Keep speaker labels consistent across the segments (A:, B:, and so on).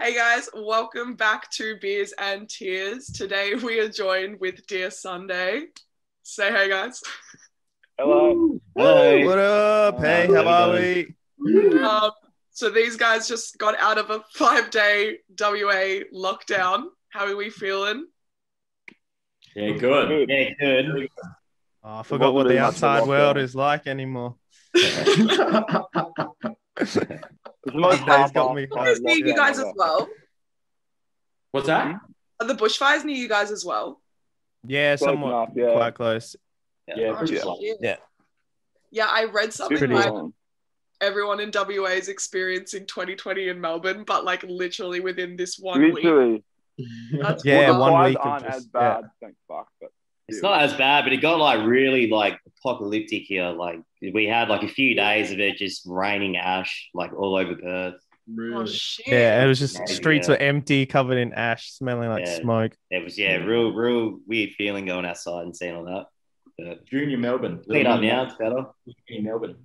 A: Hey guys, welcome back to Beers and Tears. Today we are joined with Dear Sunday. Say hey guys.
B: Hello.
C: Hey.
D: What up? Hey, how are we?
A: Um, so these guys just got out of a five-day WA lockdown. How are we feeling?
B: Yeah, good.
C: Yeah, good.
D: Oh, I forgot what the outside world is like anymore.
C: Most
D: He's got me
A: Fires near you guys as well.
B: What's that?
A: Are the bushfires near you guys as well?
D: Yeah, somewhat
C: Enough, yeah.
D: quite close.
B: Yeah,
A: Oh,
B: pretty
A: shit.
D: Yeah.
A: Yeah, I read something
D: Pretty
A: like everyone in WA is experiencing 2020 in Melbourne, but like literally within this one week.
C: Literally.
A: That's
D: Yeah,
A: wild.
D: one
C: Fires
D: week of
C: aren't
D: just-
C: as bad. Thank fuck. But
E: It's not as bad, but it got like really like apocalyptic here. Like we had like a few days of it just raining ash like all over Perth.
A: Oh, shit.
D: Yeah, it was just
E: Yeah,
D: streets
E: yeah.
D: were empty, covered in ash, smelling like
E: Yeah.
D: smoke.
E: It was yeah, real real weird feeling going outside and seeing all that. But
B: Junior Melbourne.
E: clean up now, it's better.
B: Junior Melbourne.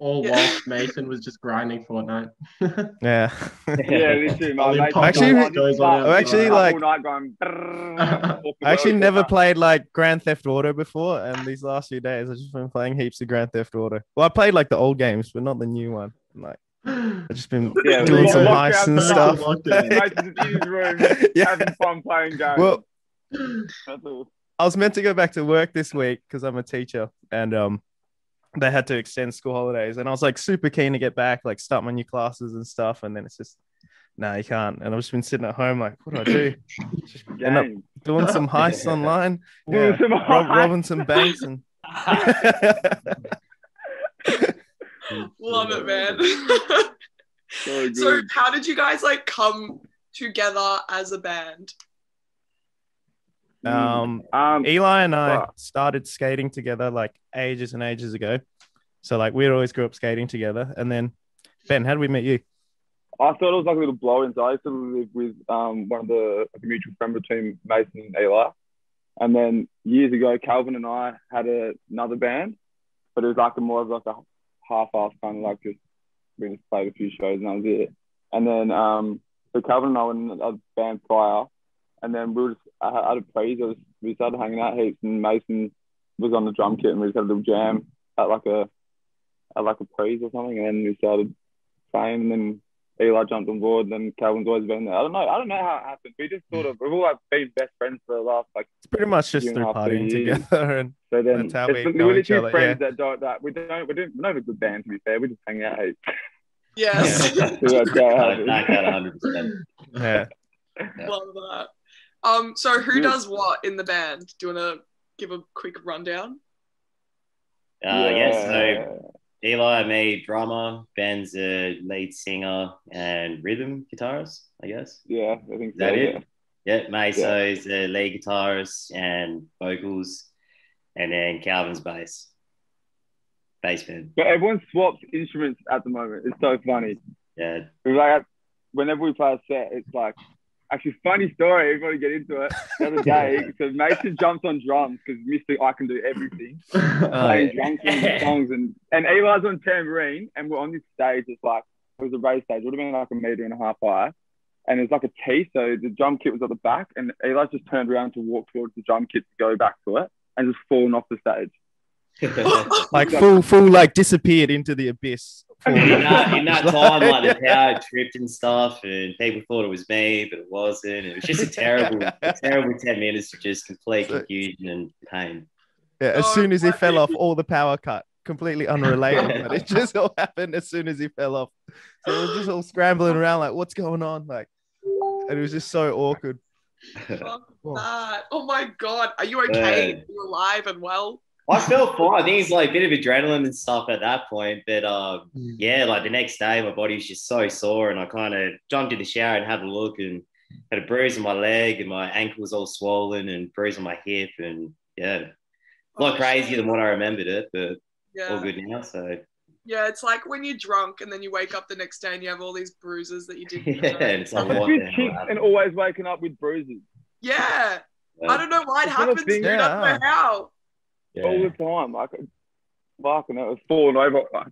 F: All
A: Yeah.
F: whilst Mason was just grinding Fortnite.
D: Yeah.
C: yeah, this is my
F: Only
C: mate.
F: pop
D: Actually,
F: up goes on
D: I'm actually,
F: outside.
D: like-
C: all night going. brrrr.
D: I actually never played like Grand Theft Auto before, and these last few days I've just been playing heaps of Grand Theft Auto. Well, I played like the old games, but not the new one. Like I've just been
C: Yeah, we
D: doing
C: got
D: some
C: locked
D: heists and
C: outside.
D: stuff.
F: Lockdown.
C: Mates is in his room
D: yeah.
C: having fun playing games.
D: Well,
C: That's all.
D: I was meant to go back to work this week because I'm a teacher and um they had to extend school holidays and I was like super keen to get back, like start my new classes and stuff. And then it's just no, you can't. And I've just been sitting at home like, what do I do? End up
C: Game.
D: doing some heists online, yeah.
C: Some
D: uh, rob-
C: high-
D: robbing some banks and
A: Love it, man.
C: So
A: so,
C: good.
A: how did you guys like come together as a band?
D: um
C: Um,
D: Eli and I
C: Wow.
D: started skating together like ages and ages ago. So like we'd always grew up skating together. And then Ben, how did we meet you?
C: I thought it was like a little blow in. So I used to live with um, one of the a mutual friend between Mason and Eli. And then years ago, Calvin and I had a, another band, but it was like a more of like a half-ass kind of like just we just played a few shows and that was it. And then um, so Calvin and I were in another band prior, and then we were just I had a praise. I was, we started hanging out heaps, and Mason was on the drum kit, and we just had a little jam at like a at like a praise or something, and then we started playing, and then Eli jumped on board, then Calvin's always been there. I don't know. I don't know how it happened. We just sort of we've all like been best friends for the last like
D: It's pretty much just
C: You
D: through
C: have to
D: partying
C: use-
D: together and
C: so then
D: That's how we
C: it's,
D: know
C: we're
D: each
C: literally
D: other,
C: friends that don't that we don't we don't we're not a good band to be fair. We just hang out.
E: Uh,
C: Hey,
A: Yes,
C: that's how it
E: I
C: happened.
E: back out 100. percent
D: yeah.
A: love that. Um, so who
C: Yeah.
A: does what in the band? Do you want to give a quick rundown?
E: Uh, yeah, so Eli, me, drummer, Ben's a lead singer and rhythm guitarist, I guess.
C: yeah, I think
E: Is
C: so.
E: that
C: Yeah.
E: it? Yeah, Meso is the lead guitarist and vocals, and then Calvin's bass. Bass man.
C: But everyone swaps instruments at the moment. It's so funny.
E: Yeah.
C: We're like whenever we play a set, it's like actually funny story. Everybody get into it. The other day, so Mason jumps on drums because Mister I can do everything.
E: Oh,
C: playing drums and songs and and Eli's on tambourine and we're on this stage it's like it was a race stage, would have been like a meter and a half high. And it's like a T, so the drum kit was at the back and Eli's just turned around to walk towards the drum kit to go back to it and just fallen off the stage.
B: Oh,
D: like full full like disappeared into the abyss
E: in, that, in that time, like the
D: Yeah.
E: tower tripped and stuff, and people thought it was me, but it wasn't. It was just a terrible, a terrible 10 minutes of just complete
D: So-
E: confusion and pain.
D: Yeah, as
A: Oh,
D: soon as he
A: my-
D: fell off all the power cut completely unrelated but it just all happened as soon as he fell off so we we're just all scrambling around like what's going on like and it was just so awkward
A: Love
D: Oh.
A: that. Oh my god, are you okay?
E: Yeah.
A: You're alive and well.
E: I felt fine. I think it's like a bit of adrenaline and stuff at that point. But um, yeah, like the next day, my body was just so sore, and I kind of jumped in the shower and had a look, and had a bruise on my leg, and my ankle was all swollen, and bruise on my hip, and yeah, a lot crazier than what I remembered it, but all
A: Oh, Yeah.
E: good now. So
A: yeah, it's like when you're drunk and then you wake up the next day and you have all these bruises that you didn't.
E: yeah,
A: know.
E: it's like
C: It's
E: what
C: just
E: the hell
C: chicks and
E: happened?
C: always waking up with bruises
A: Yeah, I
E: Yeah.
A: don't know why it
C: It's not a
A: happens.
C: thing.
A: Dude. I don't know
D: Yeah.
A: how.
C: all the time. Like fucking that was falling over like,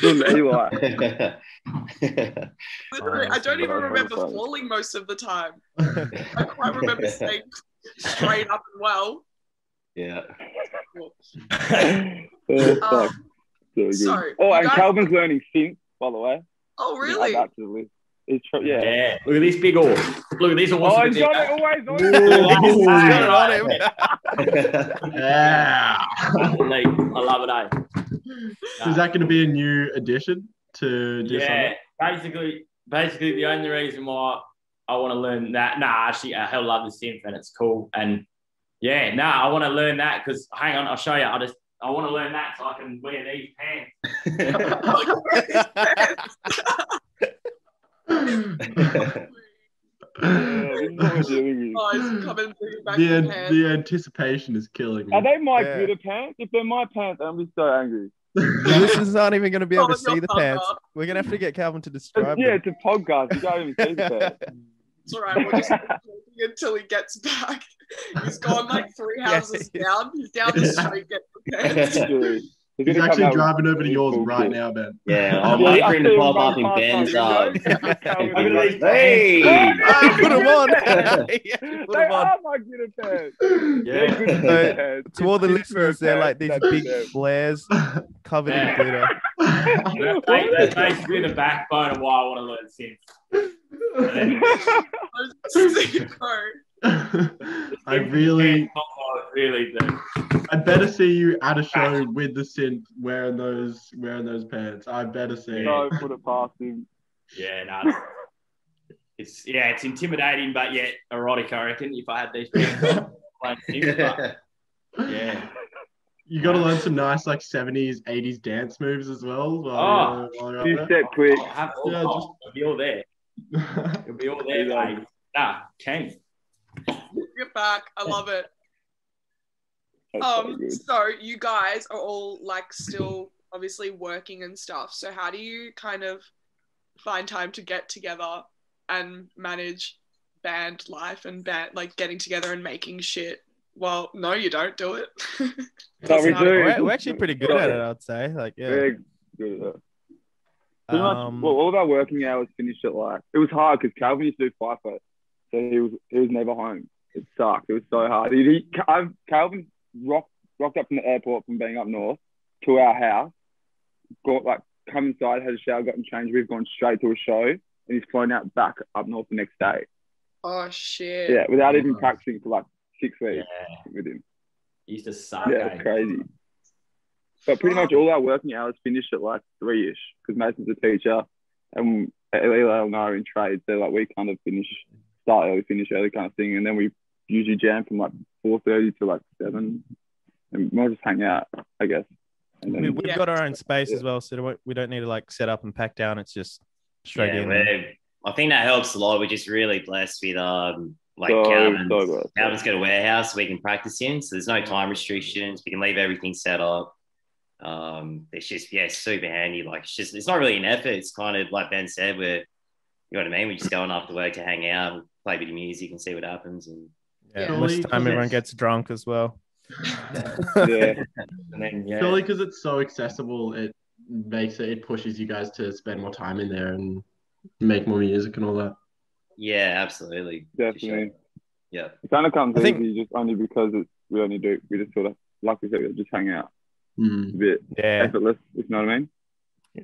C: doing Eli.
E: Yeah.
A: Literally, I don't even remember falling most of the time. I quite remember staying straight up and well.
E: yeah.
C: Oh, fuck.
A: Um,
C: So good.
A: so,
C: oh, and
A: guys-
C: Calvin's learning synth, by the way.
A: oh,
C: You can
A: really?
C: Add that to the list. It's tr- yeah.
E: Yeah.
B: Look at this big orb. Look at this
C: Oh,
B: awesome.
C: he's got it always on it.
B: Ooh.
D: got it on him.
F: Yeah.
B: I love it, eh?
F: Is that going to be a new addition to do
B: Yeah,
F: something?
B: basically, basically the only reason why I want to learn that. Nah, actually, I hell love the synth and it's cool. And yeah, nah, I want to learn that because hang on, I'll show you. I just I want to learn that so I can wear these pants.
C: Yeah, this is what we're dealing with.
A: Guys, come and bring back
F: the,
A: the,
F: an-
A: pants.
F: the anticipation is killing
C: Are
F: me.
C: they my
D: Yeah.
C: Twitter pants? If they're my pants, I'm just so angry.
D: This is not even going to be able to
A: Follow your
D: see the
A: partner.
D: pants. We're going to have to get Calvin to
C: It's-
D: describe
C: yeah,
D: it.
C: it's a podcast. You can't even see the pants.
A: It's all right. We'll just keep talking until he gets back. He's gone like three houses down. He's down the street getting the pants.
C: Dude, he's
F: He's
C: gonna come
F: actually
C: out with-
F: driving over to yours
C: Cool,
F: right
C: cool.
F: now, Ben.
E: yeah. I'm
C: Yeah,
E: waiting
C: I
E: for him to
C: see
E: pop up
C: him
E: in
C: run
E: Ben's.
C: past
E: Um,
C: my window.
E: I'm like, hey.
D: Ah, put them on. Yeah, put
C: They
D: them on.
C: are my Twitter pants. They're
B: Yeah,
C: good Twitter pants.
D: To all the
C: It's Twitter
D: listeners, they're like these
C: pants,
D: big
C: that's
D: flares covered
B: Yeah.
D: in glitter.
B: That- that's basically the backbone of why I want to learn synth.
C: them.
F: I really,
B: I really do.
F: I better see you at a show with the synth wearing those wearing those pants. I better see. it.
C: Don't put it past him.
B: Yeah, no. Nah, it's yeah, it's intimidating, but yet erotic. I reckon if I had these pants, I'd learn synth, but, yeah.
F: You got to learn some nice like '70s, '80s dance moves as well. While you're, while
C: You
F: you're
C: step quick.
B: I'll have all
F: Yeah,
B: yeah, It'll be all there.
F: out there.
B: It'll be all there, mate. Nah, King.
A: Get back. I love it.
C: That's so
A: Um,
C: good.
A: so you guys are all like still obviously working and stuff. So how do you kind of find time to get together and manage band life and band like getting together and making shit? Well, no, you don't do it.
C: No, we
A: Doesn't happen.
C: do.
D: We're, we're actually pretty good at it, I'd say. Like, yeah.
C: Very good. at it. Pretty much,
D: Um,
C: well, all of our working hours finished at like it was hard because Calvin used to do FIFO, so he was he was never home. It sucked. It was so hard. He, he Cal- Calvin rocked rocked up from the airport from being up north to our house, got like come inside, had a shower, gotten changed. We've gone straight to a show, and he's flown out back up north the next day.
A: Oh shit.
C: Yeah, without even
F: Nice.
C: practicing for like six
B: Yeah.
C: weeks with him.
B: Used to suck.
C: Yeah,
B: eh?
C: it's crazy. But pretty much all our working hours finished at like three ish because Mason's a teacher and Eli and I are in trade. So like we kind of finish, start early, finish early kind of thing. And then we usually jam from like 4.30 to like 7 and we'll just hang out, I guess. And
D: We,
C: then,
D: we've
A: Yeah.
D: got our own space
C: Yeah.
D: as well, so we don't- we don't need to like set up and pack down. It's just straight
E: Yeah,
D: in.
E: man. I think that helps a lot. We're just really blessed with um like
C: So,
E: Calvin's,
C: so blessed.
E: Calvin's got a warehouse we can practice in, so there's no time restrictions. We can leave everything set up. Um, it's just yeah, super handy. Like it's just it's not really an effort. It's kind of like Ben said, we're you know what I mean. We're just going after work to hang out, play a bit of music, and see what happens. And,
D: Yeah,
A: Yeah.
D: most of the time everyone gets drunk as well.
C: yeah.
E: and then yeah,
F: Surely because it's so accessible, it makes it, it pushes you guys to spend more time in there and make more music and all that.
E: yeah, absolutely, For sure.
C: Definitely.
E: yeah.
C: It kind of comes
D: I think-
C: easy just only because it's, we only do, we just sort of, like we said, we just hang out
F: Hmm.
C: a bit
D: Yeah.
C: effortless, if you know what I mean?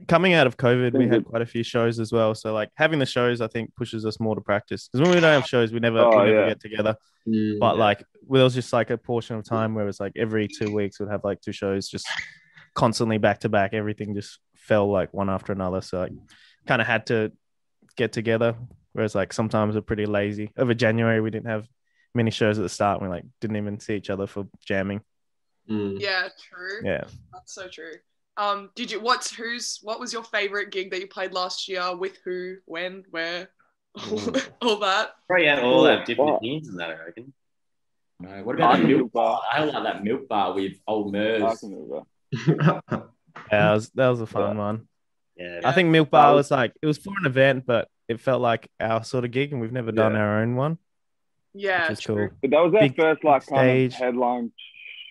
D: Coming out of COVID, we
C: Mhm.
D: had quite a few shows as well. So like having the shows, I think pushes us more to practice because when we don't have shows, we never,
C: Oh,
D: we never
C: yeah.
D: get together.
F: Hmm.
D: But like well, there was just like a portion of time where it was like every two weeks we'd have like two shows just constantly back to back. Everything just fell like one after another. So like kind of had to get together. Whereas like sometimes we're pretty lazy. Over January we didn't have many shows at the start. We like didn't even see each other for jamming.
F: Hmm.
A: Yeah, true.
D: Yeah.
A: That's so true. Um, did you what's who's what was your favorite gig that you played last year with who, when, where? all that.
E: Probably yeah, all
C: Yeah.
E: have different
C: Wow.
E: opinions on that. I reckon.
B: No, what about that
C: Milk
B: milk bar? I love that milk bar with old
C: I
B: Mers.
C: can remember.
D: Yeah, that was, that was a fun one.
E: Yeah,
D: I think Milk Bar
C: That
D: was like it was for an event, but it felt like our sort of gig, and we've never done
C: Yeah.
D: our own one,
A: Yeah,
D: which is
A: true.
D: cool.
C: But that was our
D: big
C: first like kind
D: stage.
C: of headline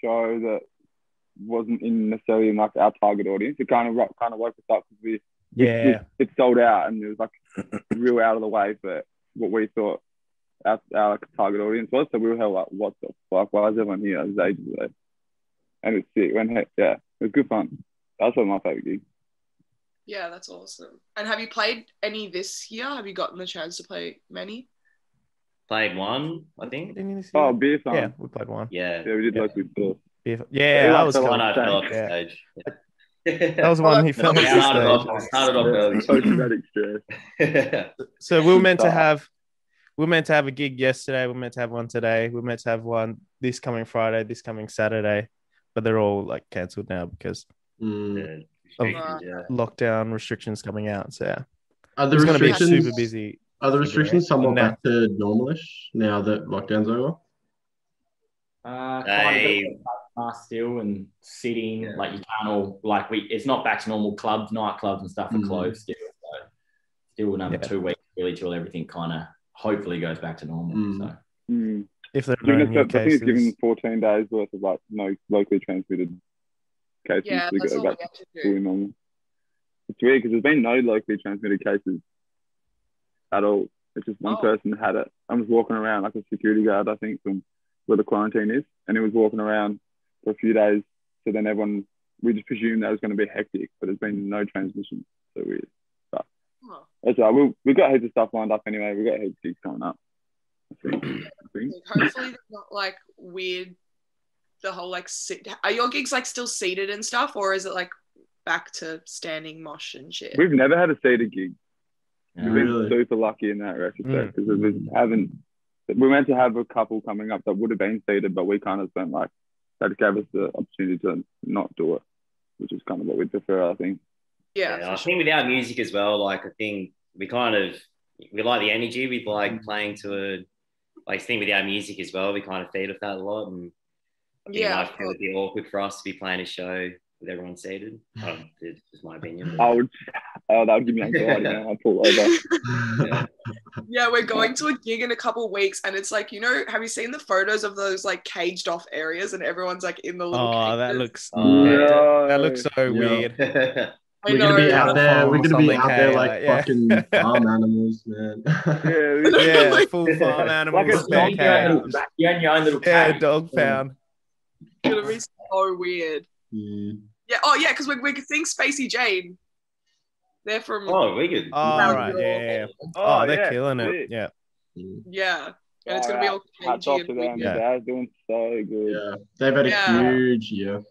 C: show that wasn't in necessarily in like our target audience. It kind of ro- kind of woke us up because we
D: Yeah.
C: it sold out and it was like real out of the way for what we thought our, our like, target audience was. So we were like, what the fuck? Why is everyone here? It was ages ago. And it's sick. When heck, yeah, it was good fun. That's one of my favorite gigs.
A: Yeah, that's awesome. And have you played any this year? Have you gotten the chance to play many?
E: Played one, I think.
D: Didn't you see
C: Oh,
D: that?
C: beer fun.
D: yeah,
C: Yeah,
D: we played one.
E: Yeah.
C: we did
D: Yeah.
C: like with Bill.
D: Beer fu- Yeah, that
C: Yeah,
D: was
C: so
D: cool.
E: One I fell off
D: Yeah.
E: the stage.
D: That was one he
E: No,
D: fell
E: I started
D: off
E: off,
D: the
E: I
D: stage.
E: started off early.
C: Post-traumatic stress.
D: So we were meant to
C: Stop.
D: have we were meant to have a gig yesterday. We are meant to have one today. We are meant to have one this coming Friday, this coming Saturday, but they're all like cancelled now because
F: Mm.
E: Yeah.
D: lockdown restrictions coming out. So yeah,
F: Are the
D: it's going to be
F: restrictions
D: super busy.
F: Are the restrictions somewhat
D: No.
F: back to normalish now that lockdown's over?
B: Uh, quite a
E: They
B: bit of mask still and sitting
E: Yeah.
B: like you can't all like we. It's not back to normal clubs, nightclubs and stuff are
F: Mm.
B: closed still. So still another
D: Yeah.
B: two weeks really till everything kind of hopefully goes back to normal.
F: Mm.
B: So
C: Mm.
D: If there are
C: Given
D: no
C: us
D: new
C: that- I think it's given
D: cases,
C: 14 days worth of like no locally transmitted cases
A: Yeah,
C: to
A: that's
C: go
A: all we
C: back
A: have to
C: to
A: do.
C: fully normal. It's weird because there's been no locally transmitted cases at all. It's just one
A: Oh.
C: person that had it. I was walking around like a security guard, I think, from where the quarantine is, and he was walking around for a few days. So then everyone, we just presumed that was going to be hectic, but there's been no transmission. So weird.
A: Oh,
C: That's all right. We'll, we've got heaps of stuff lined up anyway. We've got heaps of gigs coming up. I think. I think.
A: like, hopefully they're not like weird. The whole like sit. Are your gigs like still seated and stuff, or is it like back to standing mosh and shit?
C: We've never had a seated gig.
B: yeah.
C: We've been
F: Really?
C: super lucky in that
D: Mm.
C: retrospect because we haven't. We meant to have a couple coming up that would have been seated, but we kind of spent like that gave us the opportunity to not do it, which is kind of what we prefer, I think.
A: yeah,
E: Yeah, I think with our music as well, like I think we kind of we like the energy we like playing to a like I think with our music as well, we kind of feed off that a lot and yeah,
A: yeah.
E: I feel it'd be awkward for us to be playing a show with everyone seated. Um, it's just my opinion.
C: I would. Oh, that would give me anxiety. man. I'd pull over.
A: Yeah, we're going to a gig in a couple weeks, and it's like you know, have you seen the photos of those like caged off areas, and everyone's like in the little.
D: oh, that
A: cages?
D: looks
E: Uh,
C: No.
D: that looks so weird.
A: I
F: We're gonna
A: know,
F: be out there.
D: Farm
F: We're
D: or
F: gonna be
D: something,
F: out there
D: hey,
F: like
D: like, yeah.
F: fucking farm animals, man.
C: Yeah, we-
D: Yeah, full farm
C: Like a
D: animals,
B: You're
D: spare
B: in your own
D: cows.
B: little- you're in your own little
D: Yeah,
B: cage.
D: dog pound.
A: It's gonna be so weird.
F: Mm.
A: Yeah. Oh yeah, because we're we're seeing Spacey Jane. They're from.
E: oh, we could.
D: All
A: Sounds
D: right,
A: good.
D: yeah, yeah.
C: Oh,
D: Oh, they're
C: yeah,
D: killing it.
C: sick.
D: Yeah.
A: Yeah, and it's gonna be all
C: Hats
A: cagey
C: off
A: and
C: to them.
A: weird.
D: Yeah.
C: They're doing so good.
F: Yeah, they've had a
A: Yeah.
F: huge year.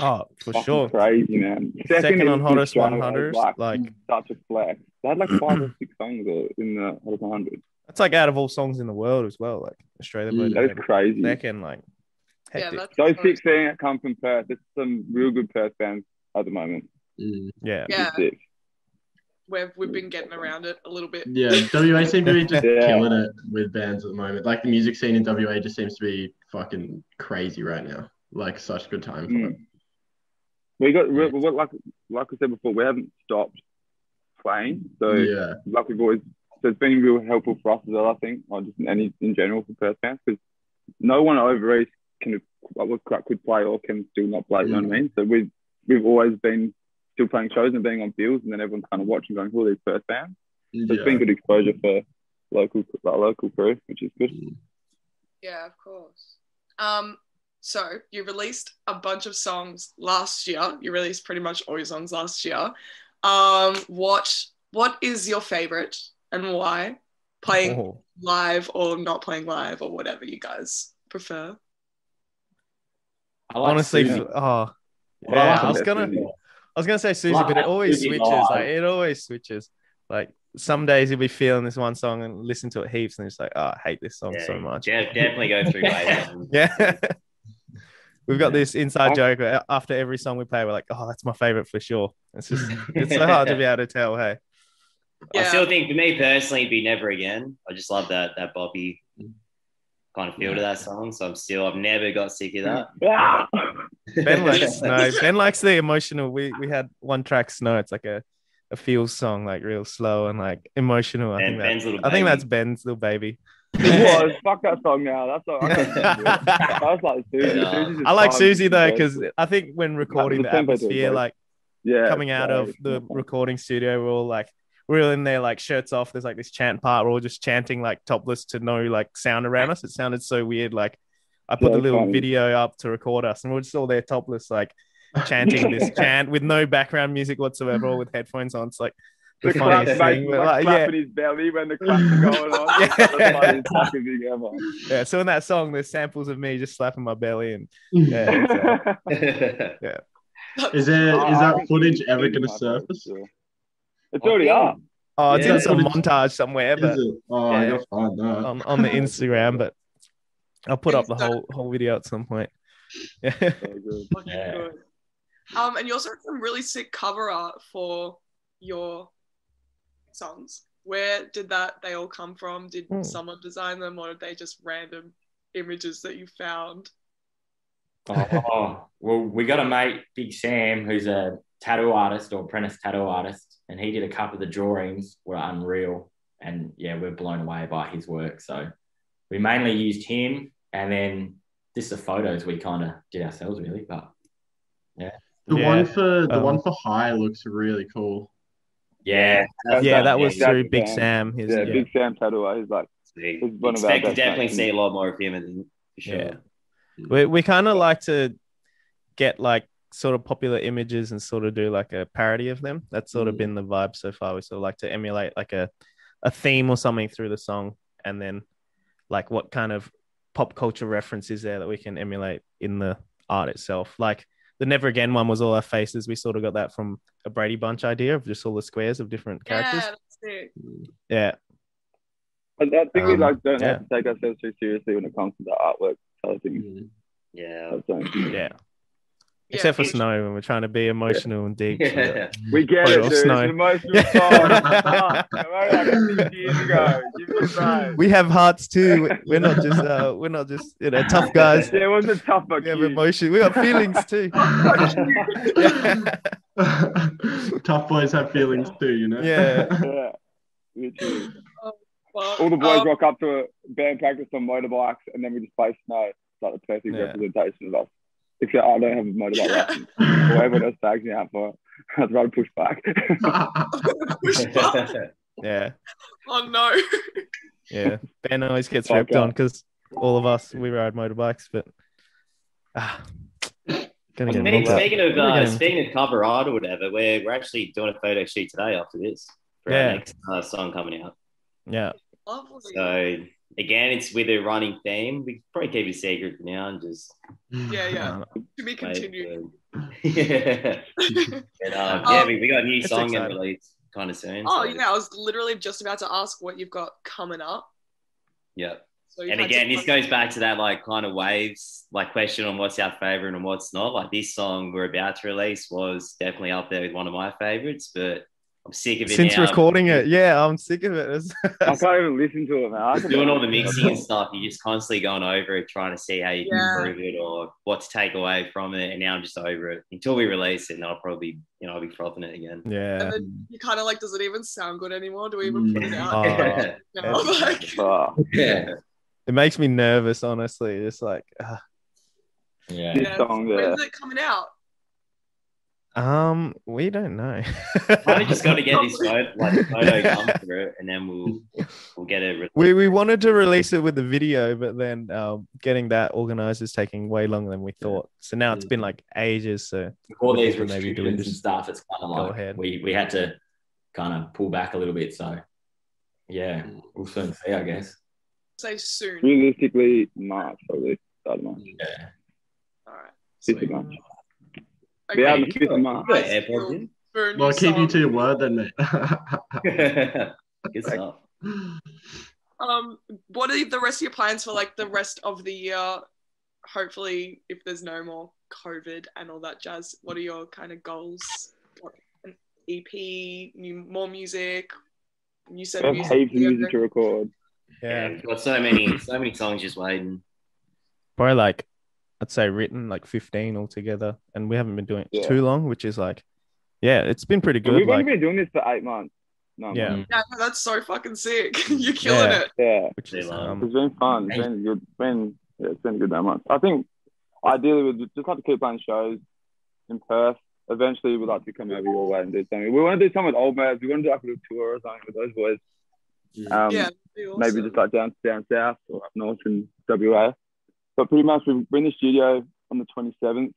D: Oh, for
C: Fucking
D: sure.
C: Crazy man.
D: Second on
C: is
D: hottest
C: Australia,
D: 100s.
C: like,
D: Like
C: such a flex. They had like five or six songs uh, in the hottest 100.
D: that's like out of all songs in the world as well. Like Australia,
F: Mm.
C: That is
D: mm,
C: crazy.
D: second, like
A: Yeah,
D: hectic.
A: that's
C: Those
A: so-
C: six saying that come from Perth. There's some real good Perth bands at the moment.
F: Mm.
D: Yeah,
A: Yeah,
C: It's sick.
A: we've we've been getting around it a little bit.
F: Yeah, WA seem to be just
C: Yeah.
F: killing it with bands at the moment. Like the music scene in WA just seems to be fucking crazy right now. Like such a good time for
C: Mm.
F: it.
C: We got we, we, like like I said before, we haven't stopped playing. So
D: Mm.
F: Yeah,
C: like we've always, so it's been real helpful for us as well. I think, or just in any in general for Perth fans, because no one over East can like, could play or can still not play. You know
F: Mm.
C: what I mean? So we've we've always been still playing shows and being on bills, and then everyone's kind of watching, going, "Who are these Perth fans?" So
F: yeah.
C: it's been good exposure for local like, local crew, which is good.
A: Yeah, of course. Um, so you released a bunch of songs last year. You released pretty much all your songs last year. Um, what what is your favorite and why? Playing
D: Oh,
A: live or not playing live or whatever you guys prefer.
B: I like
D: honestly,
B: Susie.
D: oh,
B: But I
D: yeah,
B: like
D: I was
B: Susie.
D: gonna, I was gonna say Susie,
B: Like
D: but it
B: that
D: always
B: Susie
D: switches.
B: vibe.
D: Like it always switches. Like some days you'll be feeling this one song and listen to it heaps, and it's like, oh, I hate this song
E: yeah,
D: so much.
E: de- definitely go through waves.
D: Yeah. We've got
B: Yeah.
D: this inside joke where after every song we play, we're like, oh, that's my favorite for sure. It's just, it's so hard to be able to tell. Hey,
E: I
A: Yeah.
E: still think for me personally, it'd be never again. I just love that that Bobby kind of feel to that song. So I'm still I've never got sick of that.
C: Ah!
D: Ben likes snow. Ben likes the emotional. We we had one track snow. It's like a, a feel song, like real slow and like emotional. I
E: Ben-
D: think that,
E: Ben's little
D: I think
E: baby.
D: that's Ben's little baby.
C: It was. Fuck that song now. That's all. I, can't do it.
D: I
C: I was like Susie.
E: Yeah.
C: Susie's
D: like
C: fine.
D: Susie though, because I think when recording the
C: tempo to it,
D: atmosphere,
C: bro.
D: like
C: yeah,
D: coming out
C: so-
D: of the recording studio, we we're all like, we we're all in there like shirts off. There's like this chant part. We're all just chanting like topless to no like sound around us. It sounded so weird. Like I put
C: Yeah,
D: the little
C: fun.
D: video up to record us, and we're just all there topless, like chanting this chant with no background music whatsoever, all with headphones on. It's like
C: the
D: the funniest
C: clap, mate,
D: thing.
C: like,
D: But, like, yeah,
C: clapping his belly when the claps are going on.
D: Yeah.
C: That's the funniest fucking thing ever.
D: yeah. So in that song, there's samples of me just slapping my belly, and yeah, it's, uh,
C: Is
F: Is there is
C: Oh,
F: that footage ever going to surface? Is
C: It's already up.
D: oh, it's
E: Yeah.
D: in some montage somewhere, but
F: it? Oh,
D: Yeah.
F: you'll find that.
D: on, on the Instagram. But I'll put up the whole whole video at some point. Yeah.
C: So good.
A: Looking
B: Yeah.
A: good. Um, and you also had some really sick cover art for your songs. Where did that they all come from? Did
D: Hmm.
A: someone design them, or are they just random images that you found?
B: Oh, well, we got a mate, Big Sam, who's a tattoo artist or apprentice tattoo artist, and he did a couple of the drawings were unreal. And yeah, we're blown away by his work. So we mainly used him, and then just the photos we kind of did ourselves, really. But
F: The
D: Yeah.
F: one for the
D: Um,
F: one for high looks really cool.
B: yeah,
C: That's
D: yeah,
C: that-
D: that was
C: yeah,
D: through
C: that's
D: Big
C: Sam.
D: Sam. His,
C: Yeah,
D: yeah,
C: Big Sam Tadua. He's like,
E: We
C: It's one of our
E: expect to
C: best
E: definitely
C: matches.
E: see a lot more of him. in- For sure.
D: Yeah. We we kind of like to get like sort of popular images and sort of do like a parody of them. That's sort of
F: Mm.
D: been the vibe so far. We sort of like to emulate like a a theme or something through the song, and then like what kind of pop culture reference is there that we can emulate in the art itself. Like the Never Again one was all our faces. We sort of got that from a Brady Bunch idea of just all the squares of different characters.
A: Yeah, that's it.
D: Yeah,
C: I, I think we
F: Um,
C: like don't
D: yeah.
C: have to take ourselves too seriously when it comes to the artwork. So I think
D: Mm.
E: Yeah.
C: that's something.
D: yeah.
A: Yeah.
D: Except for Snow, when we're trying to be emotional and deep.
E: Yeah.
C: We get
D: Photo
C: it,
D: of
C: dude.
D: snow.
C: It's an emotional
D: Yeah.
C: song. Come on, like six years ago. Give it a try.
D: we have hearts too. We're not just uh, we're not just you know tough guys.
C: Yeah, it was a tough
D: We have
C: one.
D: emotion. We got feelings too.
F: Yeah.
D: Yeah.
F: Tough boys have feelings too, you know.
D: Yeah.
C: Yeah. Literally.
A: Well,
C: All the boys
A: um,
C: rock up to a band practice on motorbikes, and then we just play snow. It's like the perfect
D: Yeah.
C: representation of us. Except I don't have a motorbike license, or everyone else tags me out for it. I'd rather push back.
A: push button.
D: Yeah,
A: um, oh no.
D: yeah. Ben always gets
C: Fuck
D: ripped
C: yeah.
D: on because all of us we ride motorbikes, but ah, gonna get
E: Speaking,
D: ripped up.
E: speaking of
D: We're
E: uh,
D: gonna-
E: speaking of cover art or whatever, we're, we're actually doing a photo shoot today after this for
D: Yeah.
E: our next uh, song coming out.
D: Yeah,
A: Lovely.
E: So again, it's with a running theme. We can probably keep it a secret for now and just
A: yeah, yeah. To be
E: wait
A: continued.
E: for- um, yeah. But, um, yeah, we, we got a new
D: It's
E: song and
D: exciting.
E: release kind of soon.
A: Oh
E: so-
A: yeah, I was literally just about to ask what you've got coming up.
E: yeah.
A: So you've
E: And
A: had
E: again,
A: some-
E: this goes back to that like kind of waves like question on what's our favorite and what's not. Like this song we're about to release was definitely up there with one of my favorites, but I'm sick of it
D: since
E: now.
D: recording it, yeah, I'm sick of it. It's-
C: I can't even listen to it, man. I can-
E: doing all the mixing and stuff, you're just constantly going over it, trying to see how you can
A: Yeah.
E: improve it or what to take away from it. And now I'm just over it until we release it, and I'll probably, you know, I'll be frothing it again.
D: yeah,
A: And then you kind of like, does it even sound good anymore? Do we even put it out?
D: Oh,
E: yeah.
A: now? Like,
C: Oh,
E: yeah.
D: it makes me nervous. Honestly, it's like ah,
B: yeah.
C: this
A: yeah.
C: song uh, there.
A: When's it coming out?
D: um, we don't know.
E: Probably just got to get this photo, like photo come through, and then we'll we'll get it.
D: We we wanted to release it with the video, but then um, getting that organized is taking way longer than we thought. So now it's been like ages. So
B: All these
D: Maybe doing
B: restrictions and
D: just-
B: stuff, it's kind of
D: Go
B: like
D: ahead.
B: we we had to kind of pull back a little bit. So yeah, we'll soon see, I guess.
A: Say soon.
C: Realistically, March, probably. Start of March.
B: Yeah.
A: All right.
C: Fifth
A: Sweet.
C: of March.
A: Okay.
C: Be out on the fifth of March.
E: Put AirPods in.
A: for a new
F: Well, keep you
A: song.
F: to your word then, mate.
E: Good stuff.
A: Um, what are the rest of your plans for like the rest of the year? Hopefully, if there's no more COVID and all that jazz, what are your kind of goals? What, an EP, new, more music. You said
C: I have
A: music.
C: heaps of music to record.
E: Yeah,
D: yeah,
E: we've got so many, so many songs just waiting.
D: probably like I'd say written like fifteen altogether, and we haven't been doing it
C: Yeah.
D: too long, which is like, yeah, it's been pretty good.
C: We've only
D: Like,
C: been doing this for eight months. No,
D: yeah,
B: Mm.
A: Yeah, no, that's so fucking sick. You're killing
D: Yeah.
A: it.
C: Yeah.
D: which is
E: Too long.
D: um,
C: It's been fun. It's been good. It's been yeah, it's been a good that month. I think ideally we'd just have to keep playing shows in Perth eventually we'd like to come over your way and do something. We want to do something with old Mavs. We want to do like a little tour or something with those boys. Um,
A: yeah, that'd be awesome.
C: maybe just like down down south or up north in WA. But pretty much we- we're in the studio on the 27th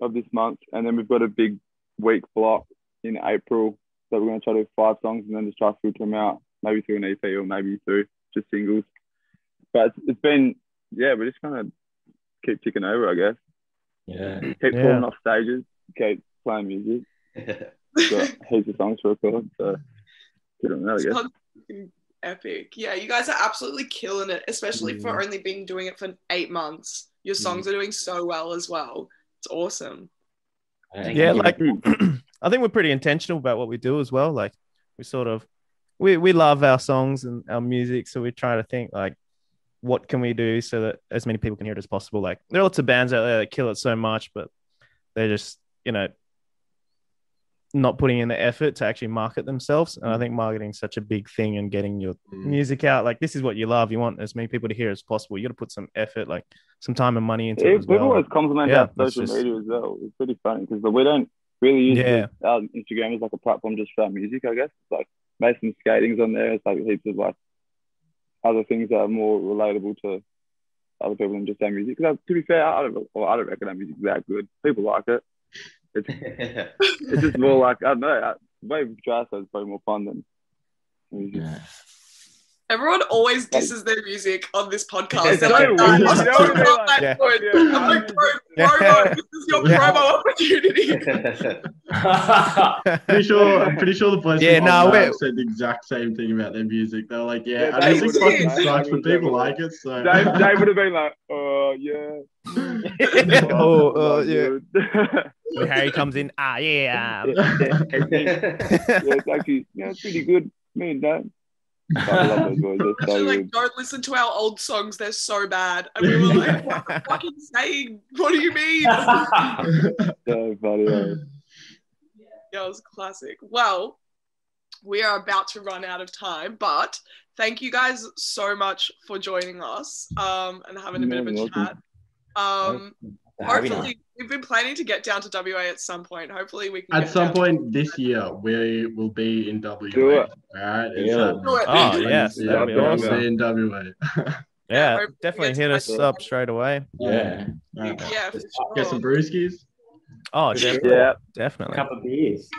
C: of this month, and then we've got a big week block in April that we're going to try to do five songs and then just try to filter them out, maybe through an EP or maybe through just singles. But it's, it's been yeah, we're just kind of keep ticking over, I guff.
B: Yeah.
C: Keep
D: Yeah.
C: falling off stages, keep playing music. We've got heaps of songs to record, so get on
D: Oh,
C: that, I guess.
A: Sounds fucking epic. Yeah, you guys are absolutely killing it, especially for
D: Mm.
A: only being doing it for eight months. Your songs are doing so well as well. It's awesome.
E: Thank
D: yeah
E: you.
D: like i think we're pretty intentional about what we do as well like we sort of we, we love our songs and our music so we try to think like what can we do so that as many people can hear it as possible like there are lots of bands out there that kill it so much but they're just you know not putting in the effort to actually market themselves and i think marketing's such a big thing and getting your
F: Mm.
D: music out like this is what you love you want as many people to hear as possible you got to put some effort like some time and money into it as
C: It, people
D: well
C: always compliment
D: Yeah,
C: our
D: that's
C: social
D: just-
C: media as well. It's pretty funny because we don't really use
D: Yeah.
C: our Instagram as like a platform just for our music, I guess. It's like Mason Skating's on there. It's like heaps of like other things that are more relatable to other people than just our music. Because to be fair, I don't, well, I don't reckon our music's that good. People like it. It's just more like, I don't know, I, the way we try so it's probably more fun than music.
B: Yeah.
A: Everyone always disses their music on this podcast. They're
E: I
A: like,
E: know,
A: "Nah,
E: we
A: it's
C: know
A: not
C: they're
A: that
D: like-
A: good."
C: Yeah.
A: I'm like, bro,
D: Yeah.
A: promo, this is your
D: Yeah.
A: promo opportunity.
F: Pretty sure, I'm pretty sure the boys
D: Yeah,
F: from
D: no,
F: Old Man
D: we're-
F: said the exact same thing about their music. They were like, "Yeah,
C: Yeah,
F: I
A: they
F: mean, it
A: would've-
F: fucking
A: they
F: sucks, but
C: would've-
F: people like it." So
C: Dave, Dave would have been like, oh, yeah.
D: oh, oh, yeah.
C: yeah.
D: When Harry comes in, ah, yeah. um,
C: yeah, it's actually yeah, it's pretty good. Me and Dad. I love those boys. They're
A: Actually,
C: so
A: like,
C: good.
A: don't listen to our old songs. They're so bad. And we were like, what the fuck are you saying? What do you mean? yeah,
C: So funny. eh?
A: it was classic. Well, we are about to run out of time, but thank you guys so much for joining us um, and having a bit of a
C: You're welcome.
A: chat. Um, hopefully, we've been planning to get down to WA at some point. Hopefully, we can
F: At
A: get
F: some
A: down-
F: point this year, we will be in WA.
C: Do it.
F: All right.
B: Yeah.
A: Do it.
D: Oh, yes,
C: that'd be awesome.
F: We'll be in WA.
D: yeah,
A: Hope
D: definitely
A: it's
D: hit us
A: nice.
D: up straight away.
B: Yeah.
F: All right.
A: Yeah, for
F: Get some
A: sure.
F: brewskis.
D: Oh, definitely.
C: Yeah,
D: definitely.
B: cup of beers.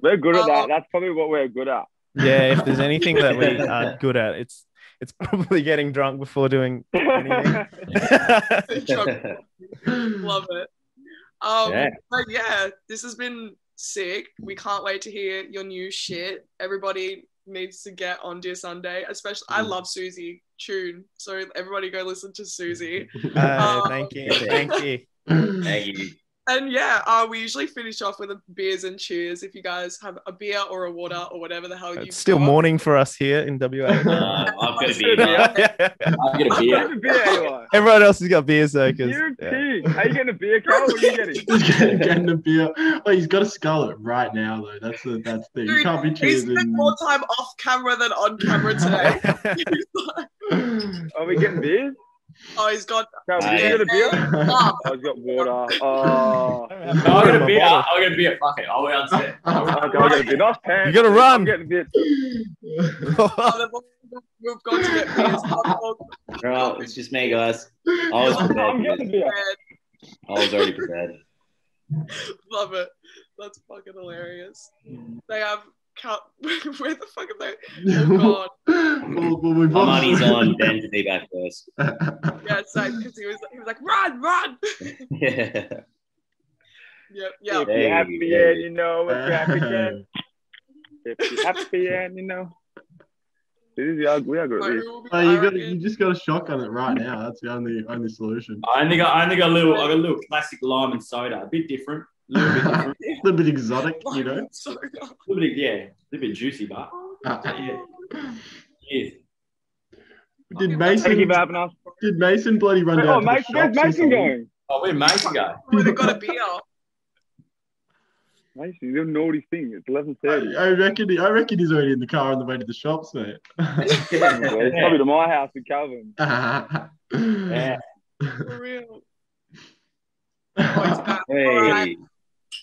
C: we're good at
A: Oh.
C: that. That's probably what we're good at.
D: Yeah, if there's anything that we are good at, it's it's probably getting drunk before doing. Anything.
A: Love it. Um,
B: Yeah.
A: But yeah, this has been sick. We can't wait to hear your new shit. Everybody needs to get on Dear Sunday, especially I love Susie tune. So everybody go listen to
F: Mm-hmm.
A: Susie.
D: Uh,
A: Oh.
D: thank you, thank you.
E: Thank you.
A: And yeah, uh, we usually finish off with a beers and cheers. If you guys have a beer or a water or whatever the hell you
D: It's still morning for us here in WA.
E: Uh, I've got to be here.
B: I'll get a beer.
C: Have a beer, Eli.
D: Everyone else has got beers though, because
C: You're a
D: yeah.
C: king. Are you getting a beer, Carl? What are you getting?
F: Just get- getting a beer. Wait, he's got to skull it right now though. That's the that's the you
A: Dude,
F: can't be
A: We
F: cheered.
A: spent more time off camera than on camera today.
C: Are we getting beers?
A: oh, he's got
C: Carl,
E: Aye.
C: did you get a beer?
A: Ah,
C: I've got water. Oh.
B: No, I'll get a beer. I'll get a beer. Fuck it. I'll answer it.
C: Okay, I'll get a beer. Nice pants.
D: You gotta run.
C: I'm getting beer.
A: we've got to get beers. I'm
E: Right, it's just me, guys. I was
A: Oh,
C: I'm
E: prepared.
C: getting beer.
E: I was already prepared.
A: Love it. That's fucking hilarious. They have count. Where the fuck are they? Oh god.
F: well, well, we've
E: My money's
F: obviously-
E: on Ben to be back first.
A: Yeah, it's like because he was he was like run, run.
E: Yeah.
A: Yep, yep.
C: If you're happy and you know it's happy again.
F: Wait,
C: If you're happy and you know. This is the we are good at
A: But
C: this.
A: it will be
F: you got you
A: arrogant.
F: just got a shotgun it right now. That's the only only solution.
B: I only got, I only got a little, I got a little classic lime and soda. A bit different. A little bit different.
F: A little bit exotic, you know.
A: So-
B: A little bit, yeah. A little bit juicy, but yeah.
F: Did Mason
C: Thank you for having us.
F: did Mason bloody run down?
C: Oh,
F: to the
C: Mason, where's
F: shops or
C: Mason
F: something?
C: going?
B: Oh, we're amazing, guys.
A: Would have got a beer.
C: Mason, you're doing a naughty thing. It's 11.30.
F: I, I reckon I reckon he's already in the car on the way to the shops, mate.
C: It's probably to my house with Calvin.
B: Yeah.
A: For real.
F: All
E: Hey.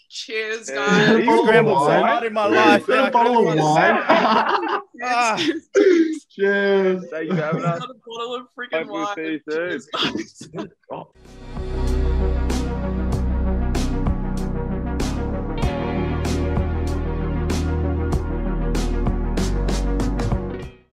A: Cheers,
C: Hey,
A: guys.
C: you
F: Bottle of
D: scrambled so
F: wine?
D: hard in my life.
F: Is that
D: yeah, I
F: a bottle of
D: couldn't even say it.
F: wine?
D: Ah.
A: Cheers.
F: Cheers.
C: Thank you for having
A: Not
C: us.
A: a bottle of freaking
C: Hope we'll
A: wine.
C: see you soon.
A: Cheers, guys.
F: Oh,